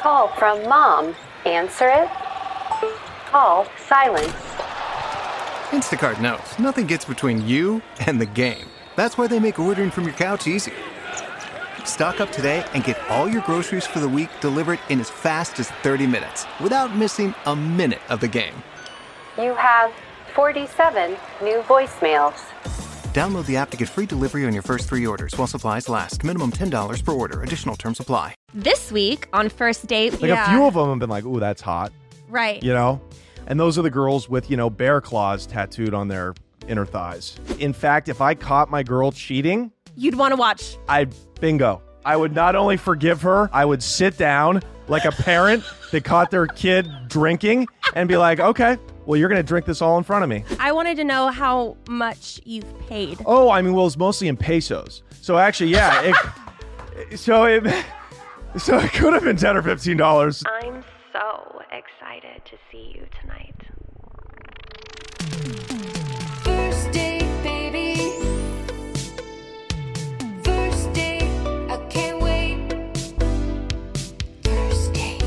Call from mom. Answer it. Call silence. Instacart knows nothing gets between you and the game. That's why they make ordering from your couch easy. Stock up today and get all your groceries for the week delivered in as fast as 30 minutes without missing a minute of the game. You have 47 new voicemails. Download the app to get free delivery on your first three orders while supplies last. Minimum $10 per order. Additional term supply. This week on first date, Like yeah, a few of them have been like, "Ooh, that's hot," right? you know. And those are the girls with you know bear claws tattooed on their inner thighs. In fact, if I caught my girl cheating, You'd want to watch. I bingo. I would not only forgive her, I would sit down like a parent that caught their kid drinking and be like, "Okay, well, you're gonna drink this all in front of me." I wanted to know how much you've paid. Oh, I mean, well, it's mostly in pesos. So actually, yeah. It, so it, so it could have been ten or fifteen dollars. I'm so excited to see you tonight. First date, baby. First date, I can't wait. First date.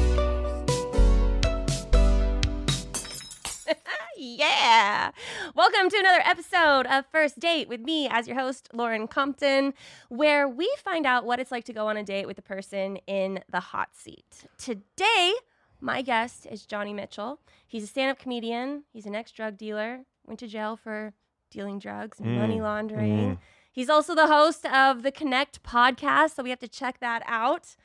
Yeah. Welcome to another episode of First Date with me as your host, Lauren Compton, where we find out what it's like to go on a date with the person in the hot seat. Today, my guest is Johnny Mitchell. He's a stand up comedian, he's an ex drug dealer, went to jail for dealing drugs and money laundering. He's also the host of the Connect podcast, so we have to check that out.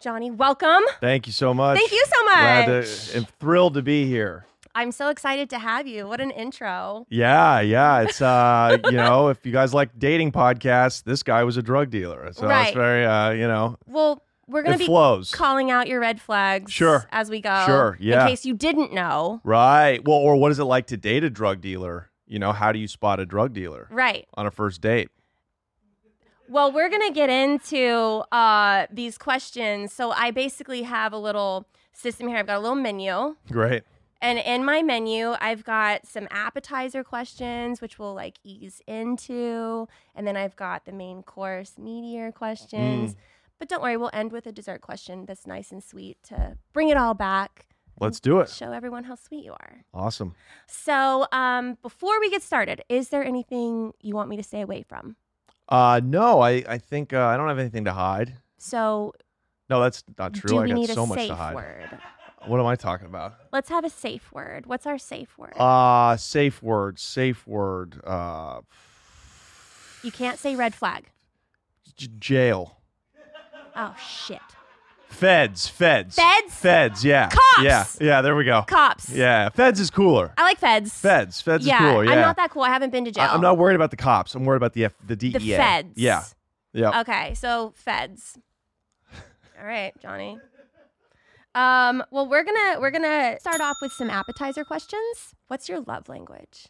Johnny, welcome. Thank you so much. Thank you so much. Glad to, I'm thrilled to be here. I'm so excited to have you. What an intro. Yeah, yeah. It's uh, you know, if you guys like dating podcasts, this guy was a drug dealer, so Right. it's very uh, you know, Well, we're going It to be flows. calling out your red flags Sure. as we go. Sure, yeah. In case you didn't know. right. Well, or what is it like to date a drug dealer? You know, how do you spot a drug dealer Right. on a first date? Well, we're going to get into uh, these questions. So I basically have a little system here. I've got a little menu. Great. And in my menu, I've got some appetizer questions, which we'll like ease into. And then I've got the main course meteor questions. Mm. But don't worry, we'll end with a dessert question that's nice and sweet to bring it all back, Let's do it. show everyone how sweet you are. Awesome. So, um, before we get started, is there anything you want me to stay away from? Uh, no, I I think uh, I don't have anything to hide. So, No, that's not true. do I we got need so a much safe to hide. word? What am I talking about? Let's have a safe word. What's our safe word? Uh safe word, safe word, uh you can't say red flag. j- jail. Oh shit! Feds, feds. Feds? Feds, yeah. Cops! Yeah. Yeah, there we go. Cops. Yeah, feds is cooler. I like feds. Feds, feds yeah, is cooler, yeah. I'm not that cool. I haven't been to jail. I- I'm not worried about the cops. I'm worried about the F- the DEA. the feds. Yeah. Yeah. Okay, so feds. All right, Johnny. Um, well, we're gonna we're gonna start off with some appetizer questions. What's your love language?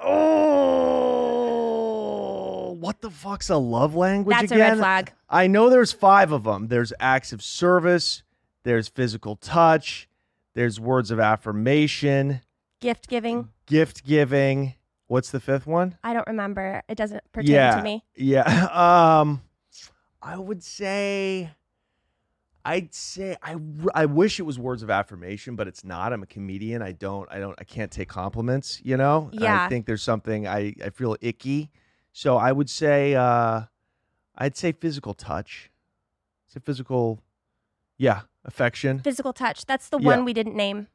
Oh, what the fuck's a love language That's a again? red flag. I know there's five of them. There's acts of service. There's physical touch. There's words of affirmation. Gift giving. Gift giving. What's the fifth one? I don't remember. It doesn't pertain yeah. to me. Yeah. Um, I would say. I'd say I, r- I wish it was words of affirmation, but it's not. I'm a comedian. I don't I don't I can't take compliments, you know? Yeah. I think there's something I, I feel icky. So I would say uh I'd say physical touch. Say physical yeah, affection. Physical touch. That's the Yeah. one we didn't name.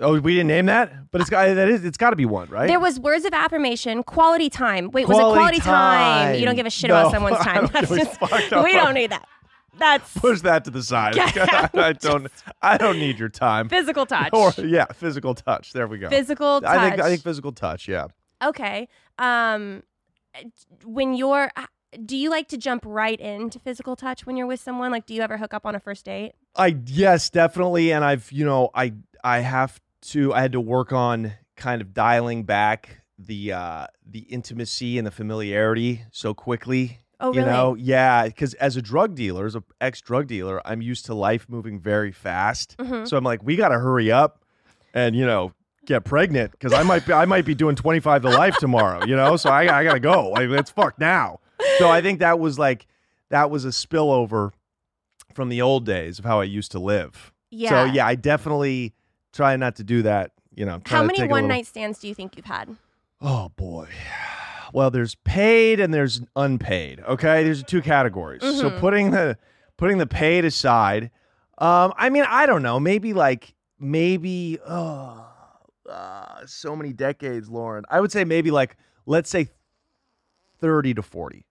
Oh, we didn't name that? But it's got that is it's gotta be one, right? There was words of affirmation, quality time. Wait, was it quality time? You don't give a shit No, about someone's I time. don't give a fuck we about- don't need that. That's Push that to the side. Yeah. I don't I don't need your time. physical touch. Or yeah, physical touch. There we go. physical touch. I think I think physical touch, yeah. okay. Um, when you're, do you like to jump right into physical touch when you're with someone? Like, do you ever hook up on a first date? I yes, definitely. And I've you know I I have to I had to work on kind of dialing back the uh the intimacy and the familiarity so quickly. Oh, You really? know, yeah, because as a drug dealer, as a ex drug dealer, I'm used to life moving very fast. Mhm. So I'm like, we got to hurry up, and you know. Get pregnant because I might be I might be doing 25 to life tomorrow, you know. So I, I gotta go. Like let's fuck now. So I think that was like that was a spillover from the old days of how I used to live. Yeah. So yeah, I definitely try not to do that. You know, try How to many take a one little- night stands do you think you've had? Oh boy. Well, there's paid and there's unpaid. Okay, there's two categories. So Mhm. putting the putting the paid aside, um, I mean, I don't know. Maybe like maybe oh, uh, so many decades, Lauren. I would say maybe like let's say thirty to forty.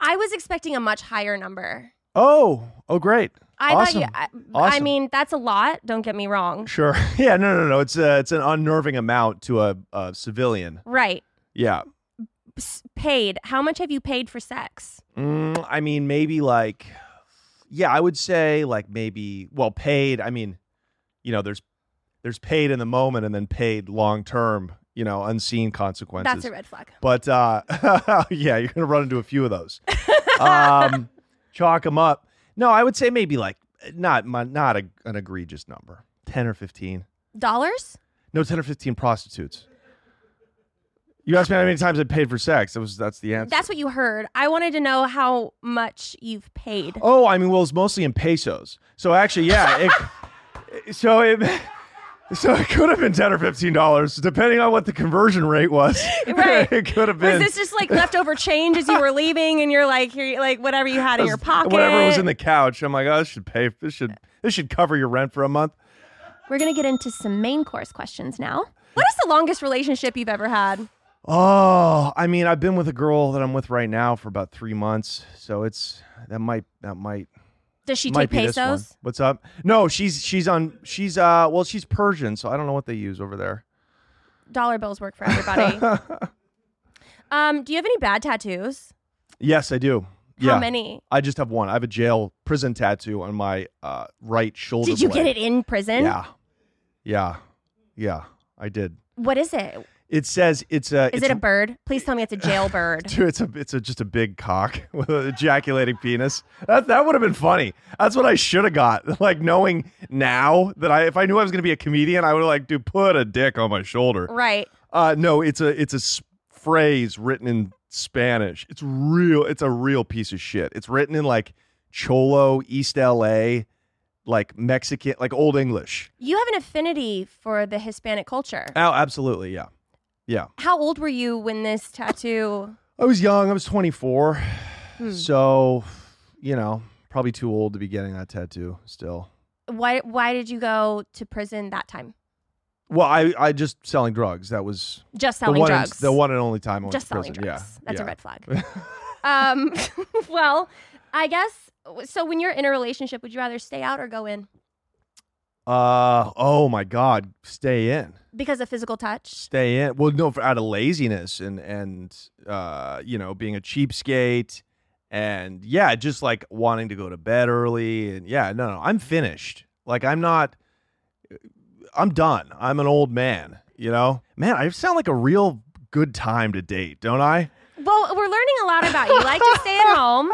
I was expecting a much higher number. Oh, oh, great. I thought awesome. you, I, I Awesome. mean, that's a lot. Don't get me wrong. Sure. Yeah. No. No. No. It's a, it's an unnerving amount to a, a civilian. Right. Yeah. S- paid. How much have you paid for sex? Mm, I mean, maybe like, yeah, I would say like maybe well paid. I mean, you know, there's there's paid in the moment and then paid long term. You know, unseen consequences. That's a red flag. But uh, yeah, you're gonna run into a few of those. um, chalk them up. No, I would say maybe like not my, not a, an egregious number, ten or fifteen. Dollars? No, ten or fifteen prostitutes. You asked me how many times I paid for sex. That was that's the answer. That's what you heard. I wanted to know how much you've paid. oh, I mean, well, it's mostly in pesos. So actually, yeah. It, so it so it could have been ten or fifteen dollars, depending on what the conversion rate was. Right. it could have Was been this just like leftover change as you were leaving, and you're like, here, like whatever you had in your pocket? whatever was in the couch. I'm like, oh, this should pay. This should this should cover your rent for a month. We're gonna get into some main course questions now. What is the longest relationship you've ever had? Oh, I mean, I've been with a girl that I'm with right now for about three months, so it's that might that might Does she might take be this one. pesos? What's up? No, she's she's on she's uh well she's Persian, so I don't know what they use over there. Dollar bills work for everybody. um, do you have any bad tattoos? Yes, I do. How yeah. many? I just have one. I have a jail prison tattoo on my uh right shoulder. Did you blade. get it in prison? Yeah. Yeah. Yeah. I did. What is it? Is It says it's a it's it a bird? Please tell me it's a jailbird. Dude, it's a it's a, just a big cock with an ejaculating penis. That that would have been funny. That's what I should have got. Like knowing now that I if I knew I was gonna be a comedian, I would have like, dude, put a dick on my shoulder. right. Uh, no, it's a it's a s- phrase written in Spanish. It's real. It's a real piece of shit. It's written in like Cholo East L.A., like Mexican, like Old English. You have an affinity for the Hispanic culture. Oh, absolutely, yeah, yeah. How old were you when this tattoo? I was young. I was 24, Hmm. so you know, probably too old to be getting that tattoo still. Why why did you go to prison that time? Well, I I just selling drugs. That was Just selling the one and- drugs. the one and only time I went Just to selling prison. drugs. Yeah, That's yeah. a red flag. um, well, I guess so. When you're in a relationship, would you rather stay out or go in Uh oh my God, stay in. because of physical touch? stay in. Well, no, for out of laziness and and uh, you know, being a cheapskate and yeah, just like wanting to go to bed early and yeah, no, no, I'm finished. Like I'm not uh, I'm done. I'm an old man, you know? Man, I sound like a real good time to date, don't I? Well, we're learning a lot about you. You like to stay at home,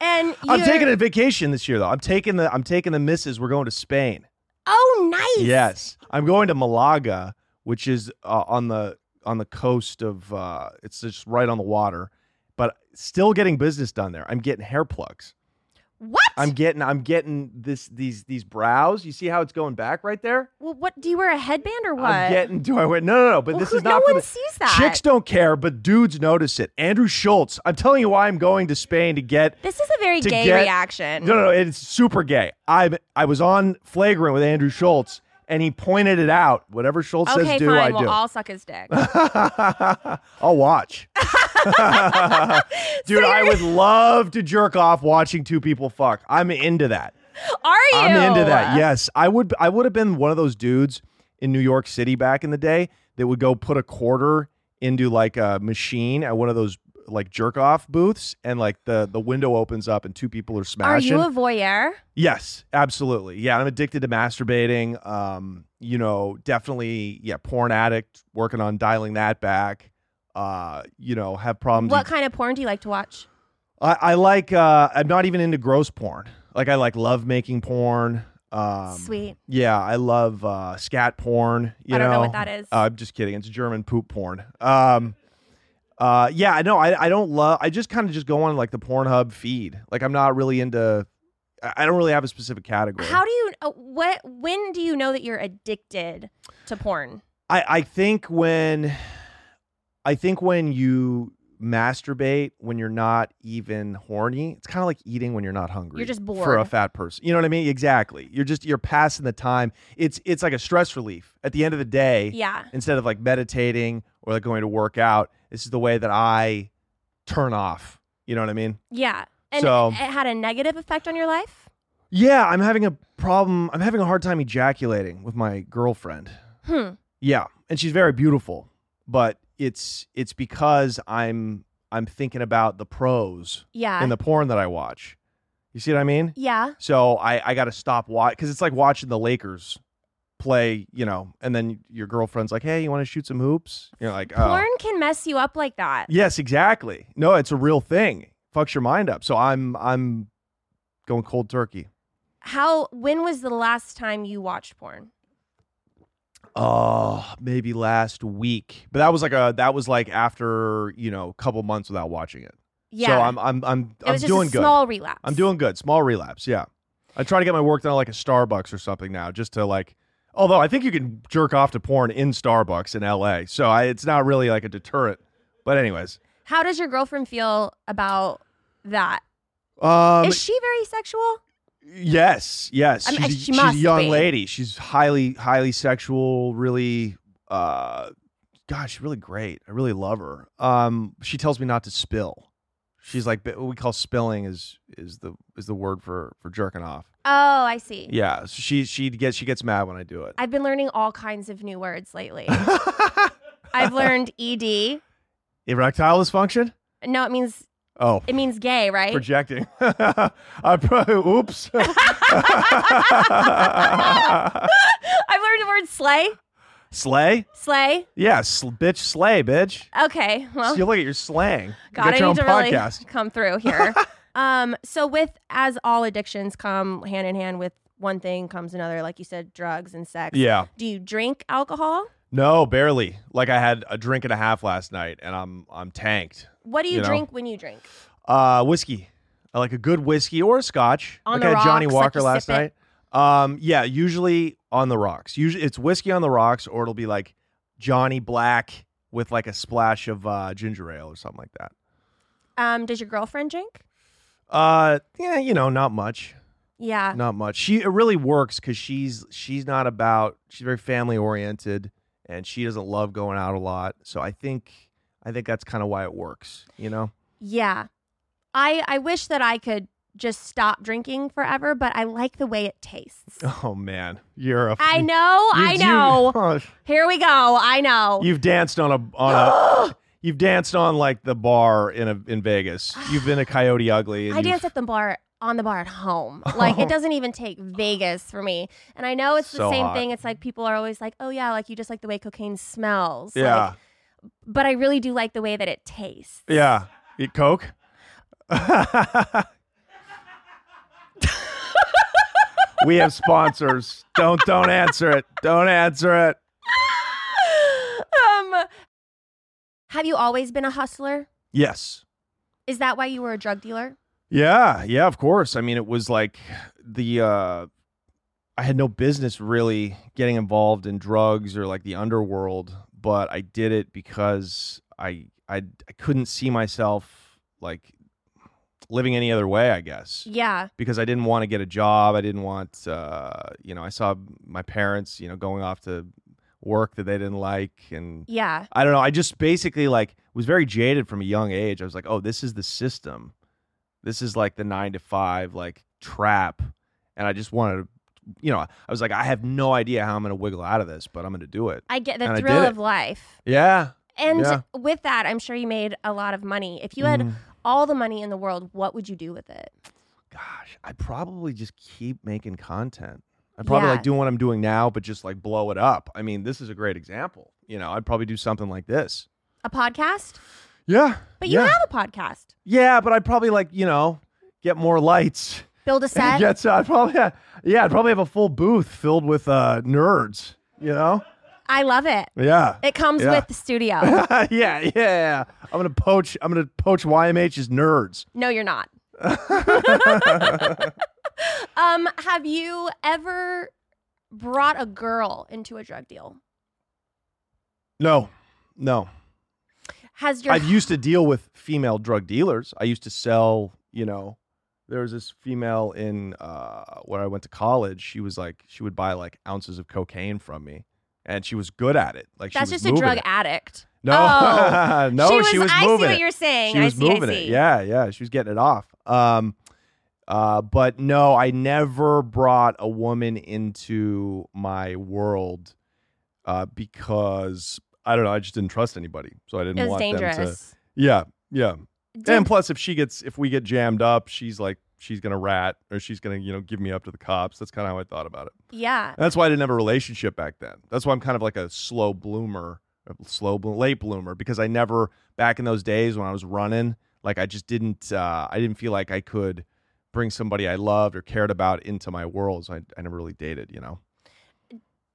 and you're, I'm taking a vacation this year though. I'm taking the I'm taking the missus. We're going to Spain. Oh, nice. Yes, I'm going to Malaga, which is uh, on the on the coast of. Uh, it's just right on the water, but still getting business done there. I'm getting hair plugs. What? I'm getting I'm getting this these these brows. You see how it's going back right there? well, what do you wear a headband or what? I'm getting. Do I wait? No, no, no. But Well, this who- is not. no for one the, sees that. Chicks don't care, but dudes notice it. Andrew Schultz. I'm telling you why I'm going to Spain to get this is a very to gay get- reaction. No, no, no, it's super gay. I I was on flagrant with Andrew Schultz, and he pointed it out. Whatever Schultz okay, says, do fine. I we'll do? all suck his dick. I'll watch. Dude, I would love to jerk off watching two people fuck. I'm into that. Are you? I'm into that. Yes, I would. I would have been one of those dudes in New York City back in the day that would go put a quarter into like a machine at one of those like jerk off booths, and like the the window opens up and two people are Are smashing. you a voyeur? Yes, absolutely. Yeah, I'm addicted to masturbating. Um, you know, definitely, yeah, porn addict, working on dialing that back. Uh, you know, have problems. What kind of porn do you like to watch? I, I like uh I'm not even into gross porn. Like I like love making porn. Um Sweet. Yeah, I love uh scat porn. You I don't know what that is. Uh, I'm just kidding. It's German poop porn. Um uh yeah, I know I I don't love I just kind of just go on like the Pornhub feed. Like I'm not really into I I don't really have a specific category. How do you uh, what when do you know that you're addicted to porn? I, I think when I think when you masturbate when you're not even horny, it's kind of like eating when you're not hungry. You're just for a bored. fat person. You know what I mean? Exactly. You're just you're passing the time. It's it's like a stress relief. At the end of the day, Yeah. instead of like meditating or like going to work out, this is the way that I turn off. You know what I mean? Yeah. And So- it had a negative effect on your life? Yeah, I'm having a problem. I'm having a hard time ejaculating with my girlfriend. Hmm. Yeah, and she's very beautiful, but it's it's because I'm I'm thinking about the pros Yeah. in the porn that I watch. You see what I mean? yeah. So I I got to stop watch because it's like watching the Lakers play, you know, and then your girlfriend's like, "Hey, you want to shoot some hoops?" You're like, "Oh, Porn can mess you up like that. yes, exactly." No, it's a real thing. Fucks your mind up. So I'm I'm going cold turkey. How when was the last time you watched porn? Oh, maybe last week. But that was like a that was like after, you know, a couple months without watching it. Yeah. So I'm I'm I'm it I'm was just doing a good. small relapse. I'm doing good. Small relapse, yeah. I try to get my work done at like a Starbucks or something now, just to like although I think you can jerk off to porn in Starbucks in LA. So I, it's not really like a deterrent. But anyways. How does your girlfriend feel about that? Is Um she very sexual? yes, yes. I mean, she's, she she's must a young be. lady. She's highly highly sexual, really uh gosh, really great. I really love her. Um she tells me not to spill. She's like what we call spilling is is the is the word for for jerking off. Oh, I see. Yeah, so she she gets she gets mad when I do it. I've been learning all kinds of new words lately. I've learned ED. Erectile dysfunction? No, it means Oh, it means gay, right? projecting. I pro- oops. I've learned the word slay. slay? Slay. Yeah, sl- bitch, slay, bitch. Okay. Well, So you look at your slang. You God, got your I own need to podcast. really come through here. um, so with as all addictions come hand in hand with one thing comes another, like you said, drugs and sex. Yeah. Do you drink alcohol? No, barely. Like I had a drink and a half last night, and I'm I'm tanked. What do you, You know. drink when you drink? Uh, whiskey. I like a good whiskey or a scotch. On like the I had Johnny rocks, like Walker you last sip night. it? Um, yeah, usually on the rocks. Usually it's whiskey on the rocks, or it'll be like Johnny Black with like a splash of uh, ginger ale or something like that. Um, does your girlfriend drink? Uh, yeah, you know, not much, Yeah. not much. She it really works because she's she's not about. She's very family oriented, and she doesn't love going out a lot. So I think I think that's kind of why it works. You know. Yeah. I I wish that I could just stop drinking forever, but I like the way it tastes. Oh man, you're a. I know, you- I you- know. oh, Here we go. I know. You've danced on a on a You've danced on like the bar in a in Vegas. You've been a coyote ugly. I and you've- dance at the bar on the bar at home. Like it doesn't even take Vegas for me. And I know it's the Oh. So same hot. thing. It's like people are always like, "Oh yeah, like you just like the way cocaine smells." Like, Yeah. but I really do like the way that it tastes. yeah. Eat Coke? we have sponsors. Don't don't answer it. Don't answer it. um Have you always been a hustler? Yes. Is that why you were a drug dealer? Yeah, yeah, of course. I mean, it was like the uh I had no business really getting involved in drugs or like the underworld, but I did it because I I I couldn't see myself like living any other way, I guess. Yeah. Because I didn't want to get a job. I didn't want uh, you know, I saw my parents, you know, going off to work that they didn't like and Yeah. I don't know. I just basically like was very jaded from a young age. I was like, oh, this is the system. This is like the nine to five like trap, and I just wanted to, you know, I was like, I have no idea how I'm gonna wiggle out of this, but I'm gonna do it. I get the And I thrill did of life. Yeah, And Yeah. with that, I'm sure you made a lot of money. If you had Mhm. all the money in the world, what would you do with it? gosh, I probably just keep making content. I'd probably Yeah. like doing what I'm doing now, but just like blow it up. I mean, this is a great example. You know, I'd probably do something like this. A podcast? Yeah, But you yeah. have a podcast. yeah, but I'd probably like you know get more lights. Build a set. Yeah, so uh, I'd probably yeah, I'd probably have a full booth filled with uh, nerds. You know? I love it. Yeah. It comes Yeah. with the studio. yeah, yeah, yeah. I'm gonna poach. I'm gonna poach YMH's nerds. no, you're not. Um, have you ever brought a girl into a drug deal? No, no. Has your I've used to deal with female drug dealers. I used to sell, you know, there was this female in uh, where I went to college. She was like, she would buy like ounces of cocaine from me, and she was good at it. Like, she that's was just a moving drug it. addict. No, Oh. no, she was, I see moving what it. you're saying. She was I see, moving I it. see. Yeah, yeah, she was getting it off. Um, uh, but no, I never brought a woman into my world, uh, because I don't know, I just didn't trust anybody, so I didn't It was want them to. dangerous. Yeah, yeah. Did- And plus, if she gets, if we get jammed up, she's like, she's gonna rat, or she's gonna, you know, give me up to the cops. That's kind of how I thought about it. yeah. That's why I didn't have a relationship back then. That's why I'm kind of like a slow bloomer, a slow blo- late bloomer, because I never back in those days when I was running, like I just didn't, uh, I didn't feel like I could bring somebody I loved or cared about into my world. So I, I never really dated, you know.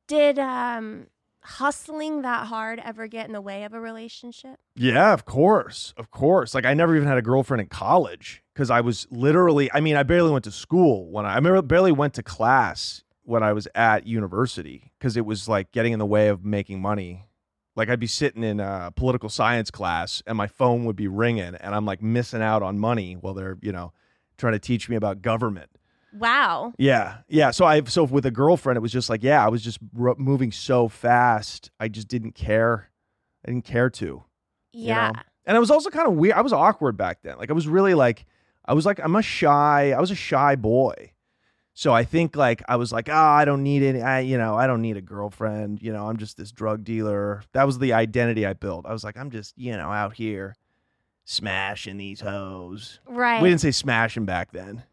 Did um hustling that hard ever get in the way of a relationship? Yeah, of course. Of course. Like I never even had a girlfriend in college because I was literally I mean, I barely went to school when I, I mer- barely went to class when I was at university because it was like getting in the way of making money. Like I'd be sitting in a political science class and my phone would be ringing and I'm like missing out on money while they're, you know, trying to teach me about government. Wow. Yeah, yeah. So I so with a girlfriend, it was just like, yeah, I was just ro- moving so fast, I just didn't care. I didn't care to you Yeah. know? And I was also kind of weird. I was awkward back then. Like I was really like I was like I'm a shy. I was a shy boy. So I think like I was like, "Ah, I don't need any I you know, I don't need a girlfriend. You know, I'm just this drug dealer." That was the identity I built. I was like, "I'm just, you know, out here smashing these hoes." Right. We didn't say smashing back then.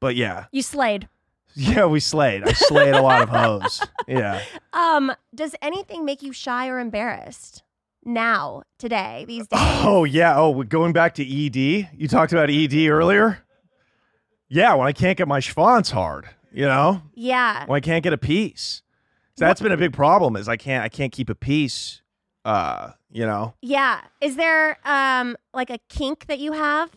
But yeah. you slayed. Yeah, we slayed. I slayed a lot of hoes. Yeah. Um, does anything make you shy or embarrassed now, today, these days? Oh yeah. Oh, we're going back to ED. You talked about ED earlier. Yeah, when I can't get my schwanz hard, you know, yeah. when I can't get a piece. So that's been a big problem. Is I can't I can't keep a piece. Uh, you know, Yeah. Is there um like a kink that you have?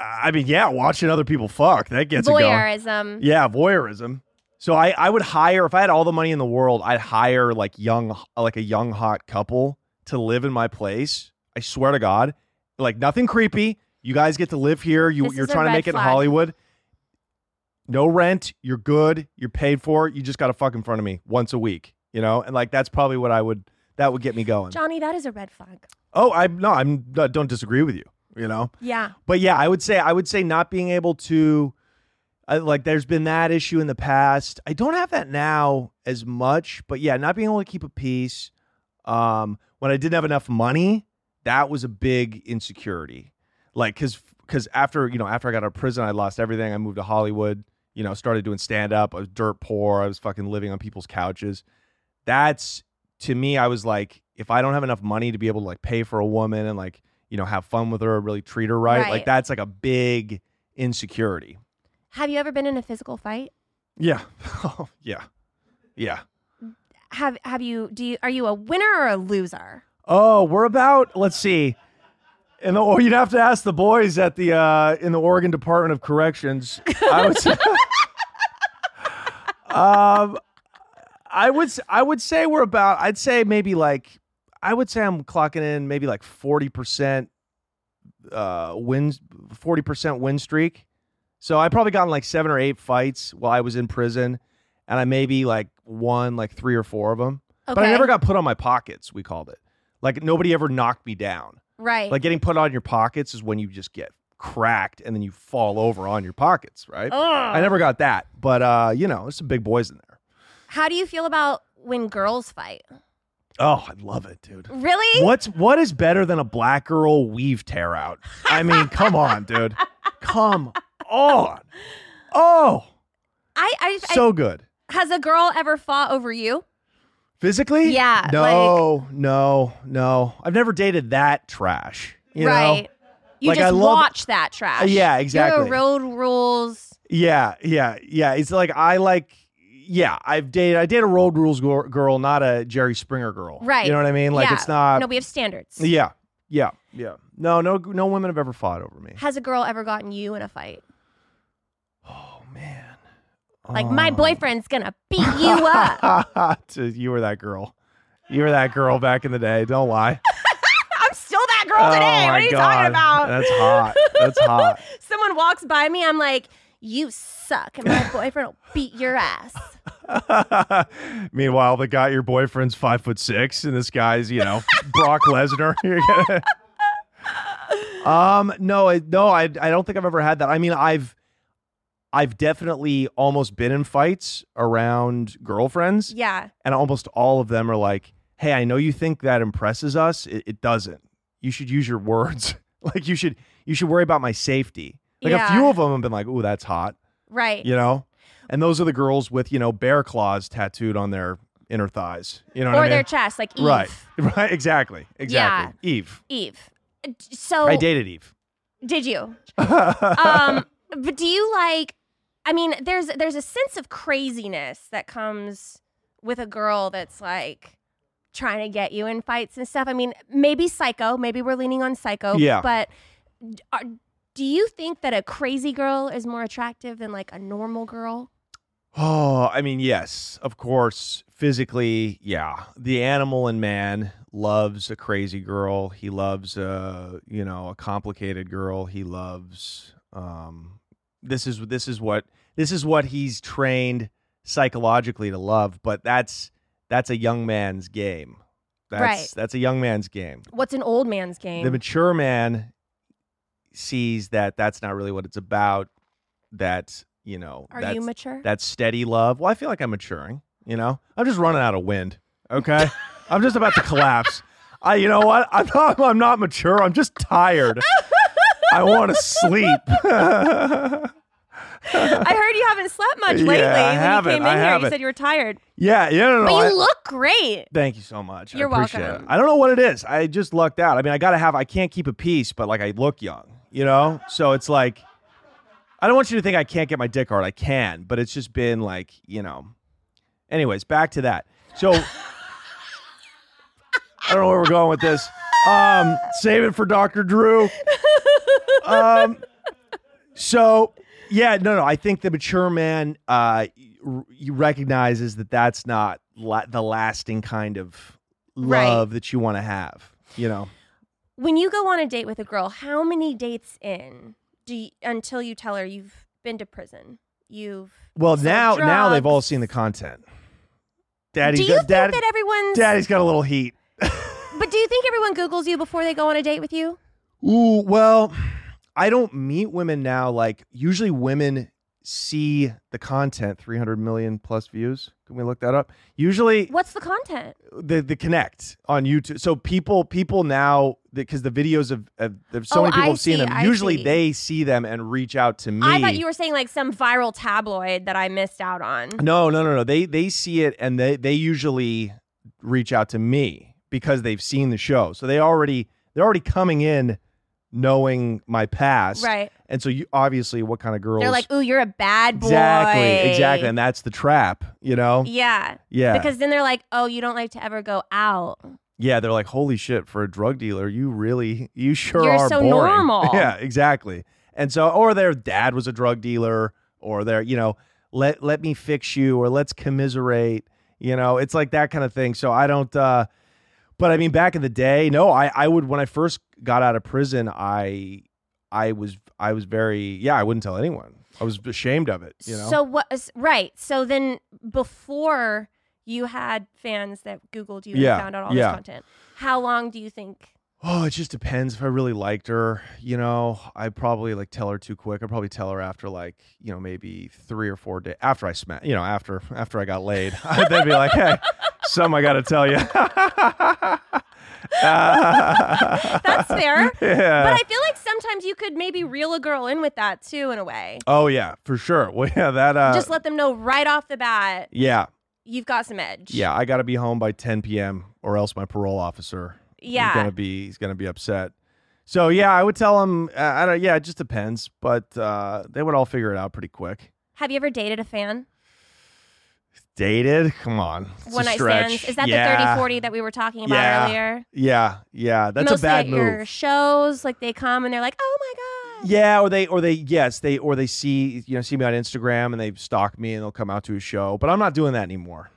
I mean, yeah, watching other people fuck that gets it going. Voyeurism. Yeah, voyeurism. So I I would hire if I had all the money in the world, I'd hire like young like a young hot couple to live in my place. I swear to God, like nothing creepy. You guys get to live here. You This you're is a trying to red make it in flag. Hollywood. No rent. You're good. You're paid for. You just got to fuck in front of me once a week. You know, and like that's probably what I would that would get me going. Johnny, that is a red flag. oh, I'm no, I'm don't disagree with you. You know, Yeah. but yeah, I would say I would say not being able to I, like there's been that issue in the past. I don't have that now as much, but yeah, not being able to keep a peace um when I didn't have enough money, that was a big insecurity. Like cuz cuz after, you know, after I got out of prison, I lost everything. I moved to Hollywood, you know, started doing stand up. I was dirt poor. I was fucking living on people's couches. That's to me I was like if I don't have enough money to be able to like pay for a woman and like, you know, have fun with her, really treat her right. Right. like that's like a big insecurity. Have you ever been in a physical fight? Yeah. Oh, yeah. Yeah. Have have you do you are you a winner or a loser? Oh, we're about let's see. And the, or you'd have to ask the boys at the uh, in the Oregon Department of Corrections. I would say, um, I would s- I would say we're about I'd say maybe like I would say I'm clocking in maybe like forty percent uh wins forty percent win streak. So I probably got in like seven or eight fights while I was in prison, and I maybe like won like three or four of them. But I Okay. never got put on my pockets. We called it like nobody ever knocked me down. Right. Like getting put on your pockets is when you just get cracked and then you fall over on your pockets, right? Ah. I never got that, but uh, you know, there's some big boys in there. How do you feel about when girls fight? Oh, I love it, dude. Really? What's what is better than a black girl weave tear out? I mean, come on, dude. Come on. Oh, I I, so good. I has a girl ever fought over you? Physically? Yeah, No, no, no. I've never dated that trash. You right. Know? you Like, just I love- watch that trash. Uh, yeah, exactly. You're a road rules. Yeah, yeah, yeah. It's like I like. Yeah, I've dated. I date a road rules gor- girl, not a Jerry Springer girl. Right. You know what I mean? Like Yeah. it's not. No, we have standards. yeah, yeah, yeah. No, no, no. Women have ever fought over me. Has a girl ever gotten you in a fight? Oh man, Oh. Like, my boyfriend's gonna beat you up. Dude, you were that girl. You were that girl back in the day. Don't lie. I'm still that girl Oh today. my What are you God. talking about? That's hot. That's hot. Someone walks by me, I'm like, you suck, and my boyfriend will beat your ass. Meanwhile, the guy, your boyfriend's five foot six, and this guy's, you know, Brock Lesnar. You're gonna- Um, no, I, no, I, I don't think I've ever had that. I mean, I've, I've definitely almost been in fights around girlfriends, Yeah. and almost all of them are like, "Hey, I know you think that impresses us. It, it doesn't. You should use your words. like, you should, you should worry about my safety." Like Yeah. a few of them have been like, "Ooh, that's hot," Right. you know. And those are the girls with you know bear claws tattooed on their inner thighs. You know or what I mean? their chest, like Eve. Right. Right. Exactly. Exactly. Eve. Eve. Uh, d- So I dated Eve. did you? um, but do you like? I mean, there's there's a sense of craziness that comes with a girl that's like trying to get you in fights and stuff. I mean, maybe psycho. Maybe we're leaning on psycho. Yeah. But d- are, do you think that a crazy girl is more attractive than like a normal girl? Oh, I mean, yes, of course. Physically, yeah. The animal and man loves a crazy girl. He loves a, you know, a complicated girl. He loves um this is this is what this is what he's trained psychologically to love, but that's that's a young man's game. That's Right. that's a young man's game. What's an old man's game? The mature man sees that that's not really what it's about. That, you know, are that's you mature? that steady love. Well, I feel like I'm maturing. You know, I'm just running out of wind. Okay, I'm just about to collapse. I, you know what? I'm not, I'm not mature. I'm just tired. I want to sleep. I heard you haven't slept much Yeah, lately. I when haven't, you came in I here, you haven't. said you were tired, yeah, yeah, no, no. but no, I- you look great. Thank you so much. You're I appreciate welcome. It. I don't know what it is. I just lucked out. I mean, I gotta have. I can't keep a peace, but like I look young, you know. So it's like, I don't want you to think I can't get my dick hard. I can, but it's just been like, you know. Anyways, back to that. So I don't know where we're going with this. Um, save it for Doctor Drew. Um, so yeah, no, no. I think the mature man uh, r- he recognizes that that's not la- the lasting kind of Right. love that you want to have. You know, when you go on a date with a girl, how many dates in do you, until you tell her you've been to prison? You've well sold now now they've all drugs. seen the content. Daddy's Do you got, think Daddy- that everyone's? Daddy's got a little heat. But do you think everyone Google's you before they go on a date with you? Ooh, well, I don't meet women now. Like usually, women see the content 300 million plus views. Can we look that up? Usually, What's the content? the the connect on YouTube. So people people now because the videos of, of, of so Oh, many people I have seen see, them. I usually see. they see them and reach out to me. I thought you were saying like some viral tabloid that I missed out on. no no no no. They they see it and they they usually reach out to me because they've seen the show. So they already they're already coming in knowing my past. Right. And so you obviously what kind of girls They're like, "Ooh, you're a bad boy." exactly exactly and that's the trap. You know Yeah. yeah Because then they're like, "Oh, you don't like to ever go out." Yeah, they're like, holy shit, for a drug dealer, you really, you sure You're are so boring. normal. Yeah, exactly. And so, or their dad was a drug dealer, or their, you know, let let me fix you, or let's commiserate. You know, it's like that kind of thing. So I don't. uh But I mean, back in the day, no, I I would when I first got out of prison, I I was I was very yeah, I wouldn't tell anyone. I was ashamed of it. You know. So what? s- Right. So then, before you had fans that Googled you and Yeah, found out all yeah. this content, how long do you think? Oh, it just depends. If I really liked her, you know, I probably like tell her too quick. I probably tell her after like you know maybe three or four days after I smacked. You know, after after I got laid, I'd then be like, hey, some I got to tell you. That's Uh, fair. yeah. But I feel like sometimes you could maybe reel a girl in with that too, in a way. oh yeah, for sure. Well, yeah, that. Uh, Just let them know right off the bat yeah, you've got some edge. yeah. I got to be home by 10 p.m. or else my parole officer Yeah. He's gonna be he's gonna be upset. So yeah, I would tell him. Uh, I don't. Yeah, it just depends, but uh, they would all figure it out pretty quick. Have you ever dated a fan? Dated? Come on, it's One a night stretch. stands? Is that the yeah. 30 40 that we were talking about Yeah. earlier? Yeah, yeah, that's Mostly a bad at move. your shows, like they come and they're like, oh my God. Yeah, or they or they yes, they or they see you know see me on Instagram and they stalk me and they'll come out to a show, but I'm not doing that anymore.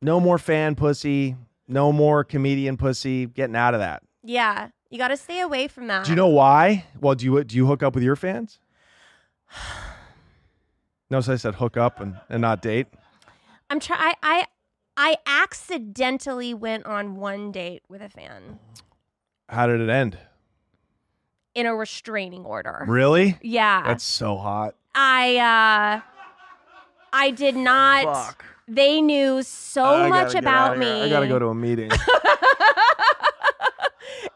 No more fan pussy, no more comedian pussy, getting out of that. Yeah. You got to stay away from that. Do you know why? Well, do you do you hook up with your fans? Notice I said hook up and, and not date. I'm try I, I I accidentally went on one date with a fan How did it end? in a restraining order. Really? Yeah. That's so hot. I uh I did not they knew so I much gotta get about outta here. me. I gotta go to a meeting.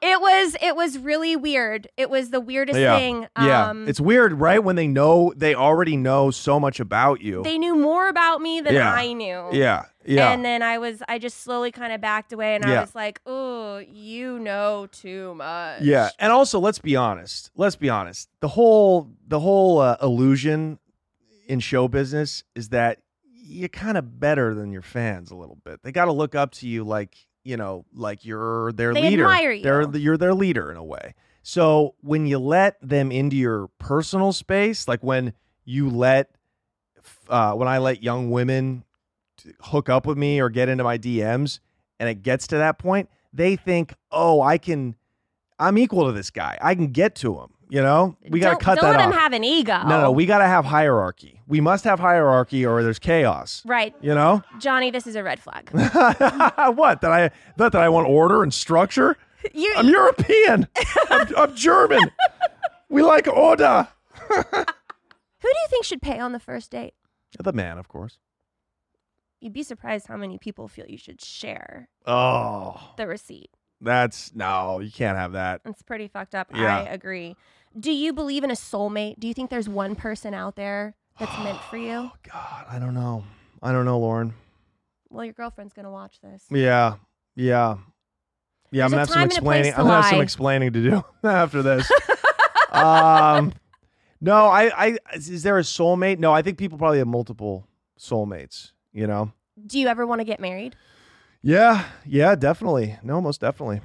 it was it was really weird. It was the weirdest Yeah. thing. Um, yeah, it's weird, right? When they know they already know so much about you. they knew more about me than Yeah. I knew. yeah, yeah. And then I was I just slowly kind of backed away and I Yeah. was like, "Oh, you know too much." Yeah, and also let's be honest. Let's be honest. The whole the whole uh, illusion in show business is that you're kind of better than your fans a little bit. They got to look up to you like you know, like you're their They leader. admire you. They're the- you're their leader in a way. So when you let them into your personal space, like when you let uh, when I let young women t- hook up with me or get into my DMs, and it gets to that point, they think, "Oh, I can, I'm equal to this guy. I can get to him." You know, we got Don't- to cut don't that let off. him have Oh. an ego. no, no, we got to have hierarchy. We must have hierarchy, or there's chaos. Right, You know, Johnny, this is a red flag. what that I that that I want order and structure. you I'm European. I'm, I'm German. We like order. Who do you think should pay on the first date? The man, of course. You'd be surprised how many people feel you should share Oh, the receipt. that's no, you can't have that. It's pretty fucked up. Yeah. I agree. Do you believe in a soulmate? Do you think there's one person out there that's meant for you? Oh God, I don't know. I don't know, Lauren. Well, your girlfriend's gonna watch this. Yeah, yeah, yeah. There's a I'm gonna have some time and a place explaining. to I'm gonna have some lie. explaining to do after this. um, no, I, I, is is there a soulmate? No, I think people probably have multiple soulmates. You know? Do you ever want to get married? Yeah, yeah, definitely. No, most definitely.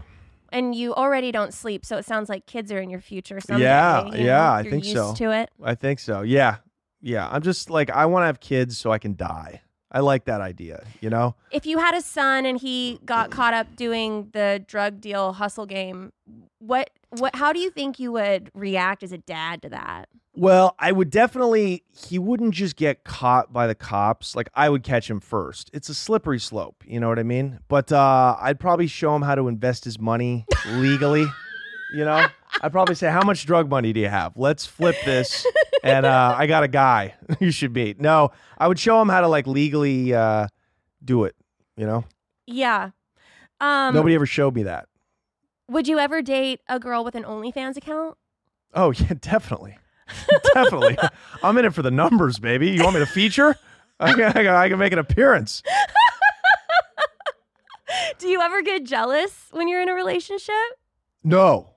And you already don't sleep, so it sounds like kids are in your future someday. Yeah, you yeah, I You're think used so. To it, I think so. Yeah, yeah. I'm just like I want to have kids so I can die. I like that idea. You know? if you had a son and he got caught up doing the drug deal hustle game, what, what, how do you think you would react as a dad to that? Well, I would definitely, he wouldn't just get caught by the cops. Like, I would catch him first. It's a slippery slope. You know what I mean? But uh, I'd probably show him how to invest his money legally. you know? I'd probably say, How much drug money do you have? Let's flip this. And uh, I got a guy you should meet. No, I would show him how to, like, legally uh, do it. You know? Yeah. Um, Nobody ever showed me that. Would you ever date a girl with an OnlyFans account? Oh, yeah, definitely. definitely. I'm in it for the numbers, baby. You want me to feature? I can, I can, I can make an appearance. Do you ever get jealous when you're in a relationship? No,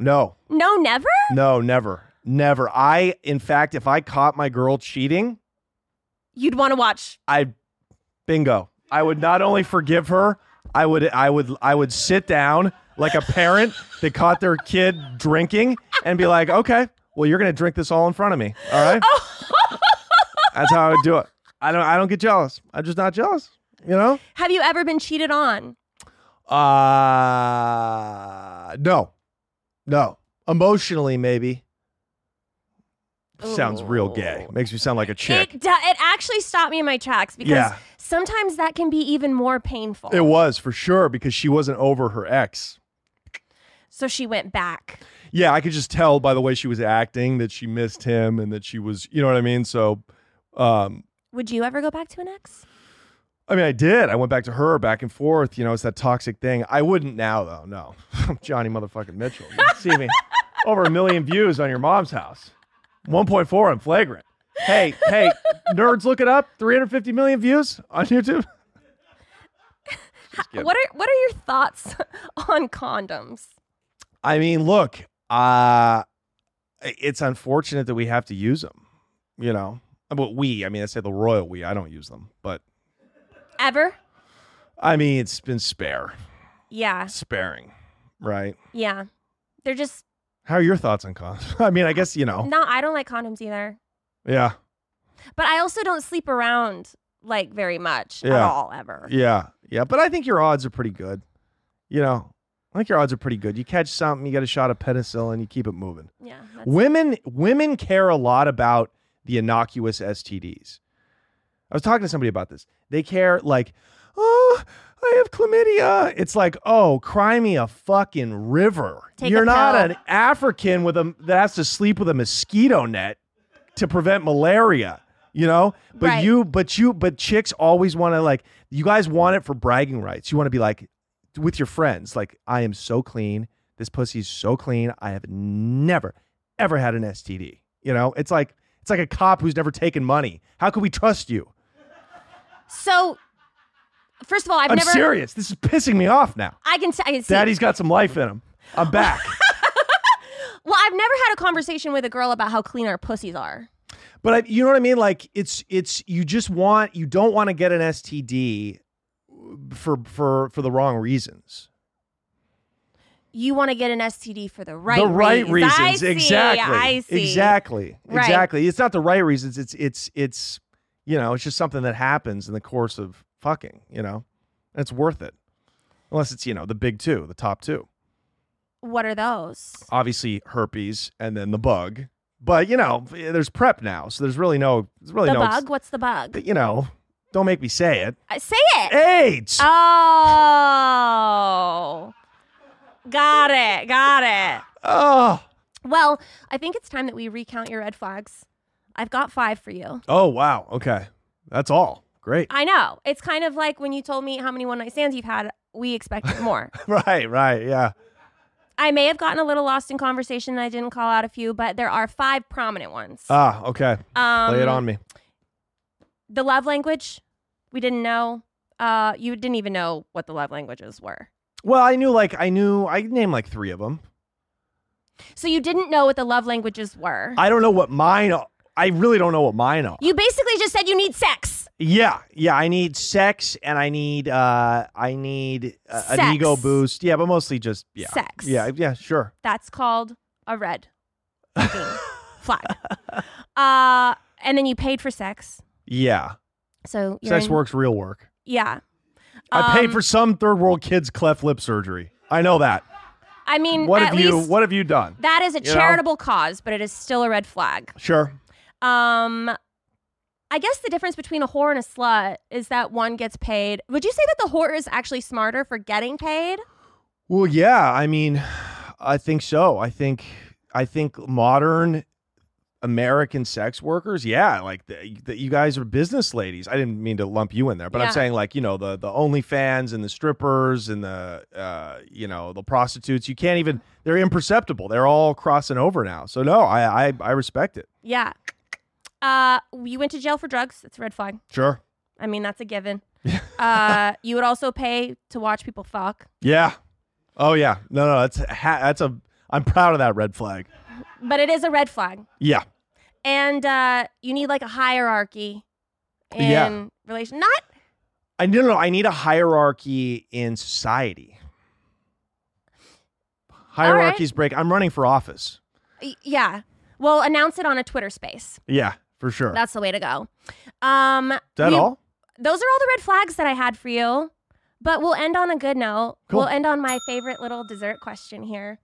no, No, never. no, never, never. I, in fact, if I caught my girl cheating, You'd want to watch. I, bingo, I would not only forgive her, I would, I would, I would sit down like a parent that caught their kid drinking and be like, okay, well, you're gonna drink this all in front of me, all right? That's how I would do it. I don't, I don't get jealous. I'm just not jealous, you know. Have you ever been cheated on? Uh no. No. Emotionally maybe. Sounds real gay. Makes me sound like a chick. It do- it actually stopped me in my tracks because Yeah. sometimes that can be even more painful. It was for sure because she wasn't over her ex. so she went back. Yeah, I could just tell by the way she was acting that she missed him and that she was, you know what I mean? So um Would you ever go back to an ex? I mean, I did. I went back to her, back and forth. You know, it's that toxic thing. I wouldn't now, though. No, I'm Johnny motherfucking Mitchell. You can see me over a million views on your mom's house, 1.4 on Flagrant. Hey, hey, nerds, look it up. 350 million views on YouTube. Yeah. What are what are your thoughts on condoms? I mean, look, uh, it's unfortunate that we have to use them. You know, but we. I mean, I say the royal we. I don't use them, but Ever? I mean, it's been spare, Yeah, sparing, right? yeah. They're just How are your thoughts on condoms? I mean, I guess you know. No, I don't like condoms either. Yeah, But I also don't sleep around like very much at Yeah. all ever. yeah, yeah. But I think your odds are pretty good. You know, I think your odds are pretty good. You catch something, you get a shot of penicillin, you keep it moving. Yeah. that's- Women women care a lot about the innocuous STDs. I was talking to somebody about this. They care like, oh, I have chlamydia. It's like, oh, cry me a fucking river. Take a You're not pill. an African with a that has to sleep with a mosquito net to prevent malaria. You know, but Right. you, but you, but chicks always want to like. You guys want it for bragging rights. You want to be like, with your friends, like I am so clean. This pussy's so clean. I have never, ever had an STD. You know, it's like it's like a cop who's never taken money. How could we trust you? so, first of all, I've I'm never. serious. This is pissing me off now. I can, t- I can see. Daddy's got some life in him. I'm back. Well, I've never had a conversation with a girl about how clean our pussies are. but I, you know what I mean? Like it's it's you just want you don't want to get an STD for for for the wrong reasons. You want to get an STD for the right the right reasons. I see, exactly. I see. Exactly. Right. Exactly. It's not the right reasons. It's it's it's you know, it's just something that happens in the course of fucking, you know. And it's worth it. Unless it's, you know, the big two, the top two. What are those? Obviously herpes and then the bug. But, you know, eh, there's prep now, so there's really no there's really the no bug? What's the bug? you know, don't make me say it. Uh, say it. AIDS. Oh. Got it. Got it. oh. Well, I think it's time that we recount your red flags. I've got five for you. Oh, wow. Okay. That's all. Great. I know. It's kind of like when you told me how many one night stands you've had, we expected more. right, right. Yeah. I may have gotten a little lost in conversation and I didn't call out a few, but there are five prominent ones. Ah, okay. um, Lay it on me. The love language, we didn't know. Uh, you didn't even know what the love languages were. Well, I knew like I knew I named like three of them. So you didn't know what the love languages were. I don't know what mine. Are. I really don't know what mine are. you basically just said you need sex. Yeah, yeah. I need sex and I need uh I need uh, an Sex. ego boost. Yeah, but mostly just yeah. Sex. Yeah, yeah. Sure. That's called a red fucking flag. Uh, and then you paid for sex. Yeah. So you're Sex in- works. Real work. Yeah. I paid Um, for some third world kids cleft lip surgery. I know that. I mean, What at have you least What have you done? that is a you know? charitable cause, but it is still a red flag. Sure. Um, I guess the difference between a whore and a slut is that one gets paid. Would you say that the whore is actually smarter for getting paid? Well, yeah, I mean, I think so. I think I think modern American sex workers, yeah, like the, the, you guys are business ladies. I didn't mean to lump you in there, but Yeah. I'm saying like you know the the OnlyFans and the strippers and the uh, you know the prostitutes. You can't even they're imperceptible. They're all crossing over now. So no, I I, I respect it. Yeah. Uh, you went to jail for drugs. That's a red flag. Sure. I mean, that's a given. uh, you would also pay to watch people fuck. Yeah. Oh yeah. No no. That's a ha- that's a. I'm proud of that red flag. but it is a red flag Yeah. and uh you need like a hierarchy in Yeah. relation not I no, no, no. I need a hierarchy in society. Hierarchies break. I'm running for office. y- yeah well announce it on a twitter space Yeah, for sure. that's the way to go um that we- all? those are all the red flags that i had for you but we'll end on a good note Cool. we'll end on my favorite little dessert question here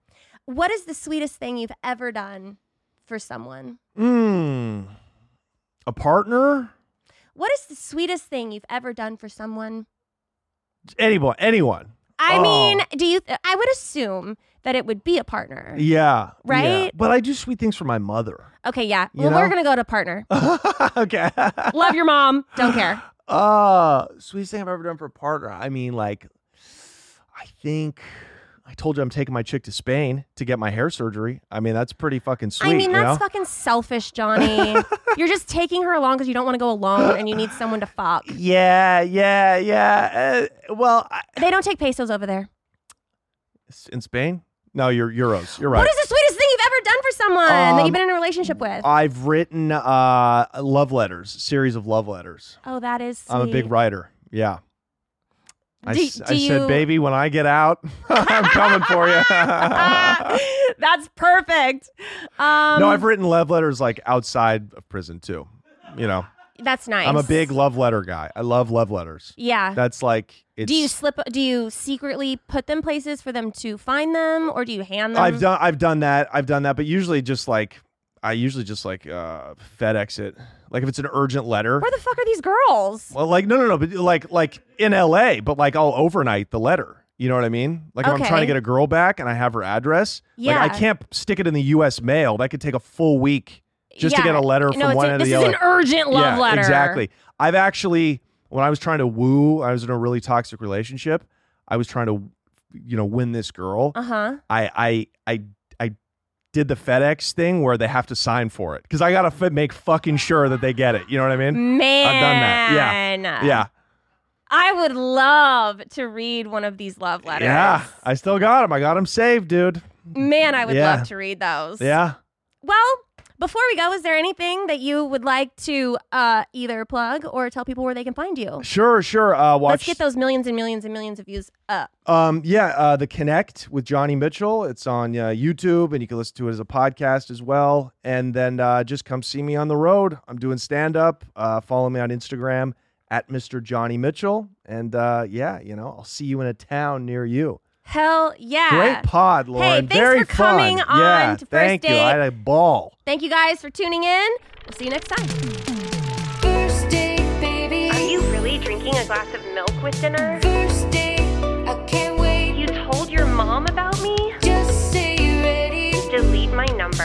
what is the sweetest thing you've ever done for someone Mm. A partner? what is the sweetest thing you've ever done for someone Anyone? Anyone? i Oh. mean do you th- i would assume that it would be a partner Yeah. Yeah. Right? But I do sweet things for my mother. Okay, yeah. You Well, we're know? gonna go to partner. okay. Love your mom. Don't care. Uh, sweetest thing I've ever done for a partner. I mean, like, I think I told you I'm taking my chick to Spain to get my hair surgery. I mean, that's pretty fucking sweet. I mean, you that's know? fucking selfish, Johnny. You're just taking her along because you don't want to go alone and you need someone to fuck. Yeah, yeah, yeah. Uh, well, I, They don't take pesos over there. S- in Spain? No, you're euros. You're right. What is the sweetest thing you've ever done for someone that you've Um, been in a relationship with? I've written uh, love letters, series of love letters. oh, that is. Sweet. I'm a big writer. Yeah. I, Do- s- do I said, you- baby, when I get out, I'm coming for you. Ah, that's perfect. Um, no, I've written love letters like outside of prison too. You know, that's nice. I'm a big love letter guy. I love love letters. Yeah. That's like it's. do you slip? Do you secretly put them places for them to find them, or do you hand them? I've done. I've done that. I've done that, but usually just like I usually just like uh FedEx it. Like if it's an urgent letter. Where the fuck are these girls? Well, like no, no, no, but like like in L.A., but like I'll overnight the letter. You know what I mean? Like if I'm trying Okay. to get a girl back and I have her address, like Yeah. I can't stick it in the U.S. mail. That could take a full week just to Yeah. get a letter no, from it's one a- end this to the is other. an urgent love yeah, letter. Exactly. I've actually, when I was trying to woo, I was in a really toxic relationship. I was trying to, you know, win this girl. Uh huh. I, I, I, I did the FedEx thing where they have to sign for it because I gotta f- make fucking sure that they get it. You know what I mean? Man, that. Yeah. Yeah, I would love to read one of these love letters. yeah. I still got him. I got him saved, dude. Man, I would Yeah. love to read those. Yeah. Well, before we go, is there anything that you would like to uh, either plug or tell people where they can find you? Sure, sure. Uh, watch. Let's get those millions and millions and millions of views up. Um, yeah, uh, the Connect with Johnny Mitchell. It's on uh, YouTube, and you can listen to it as a podcast as well. And then uh, just come see me on the road. I'm doing stand up. Uh, follow me on Instagram at Mr. Johnny Mitchell. And uh, yeah, you know, I'll see you in a town near you. Hell yeah. Great pod, Lauren. thanks Very for coming fun. on Yeah, to First thank you. Date. I had a ball. Thank you guys for tuning in. We'll see you next time. First date, baby. Are you really drinking a glass of milk with dinner? First date, I can't wait. You told your mom about me? Just say you're ready. Delete my number.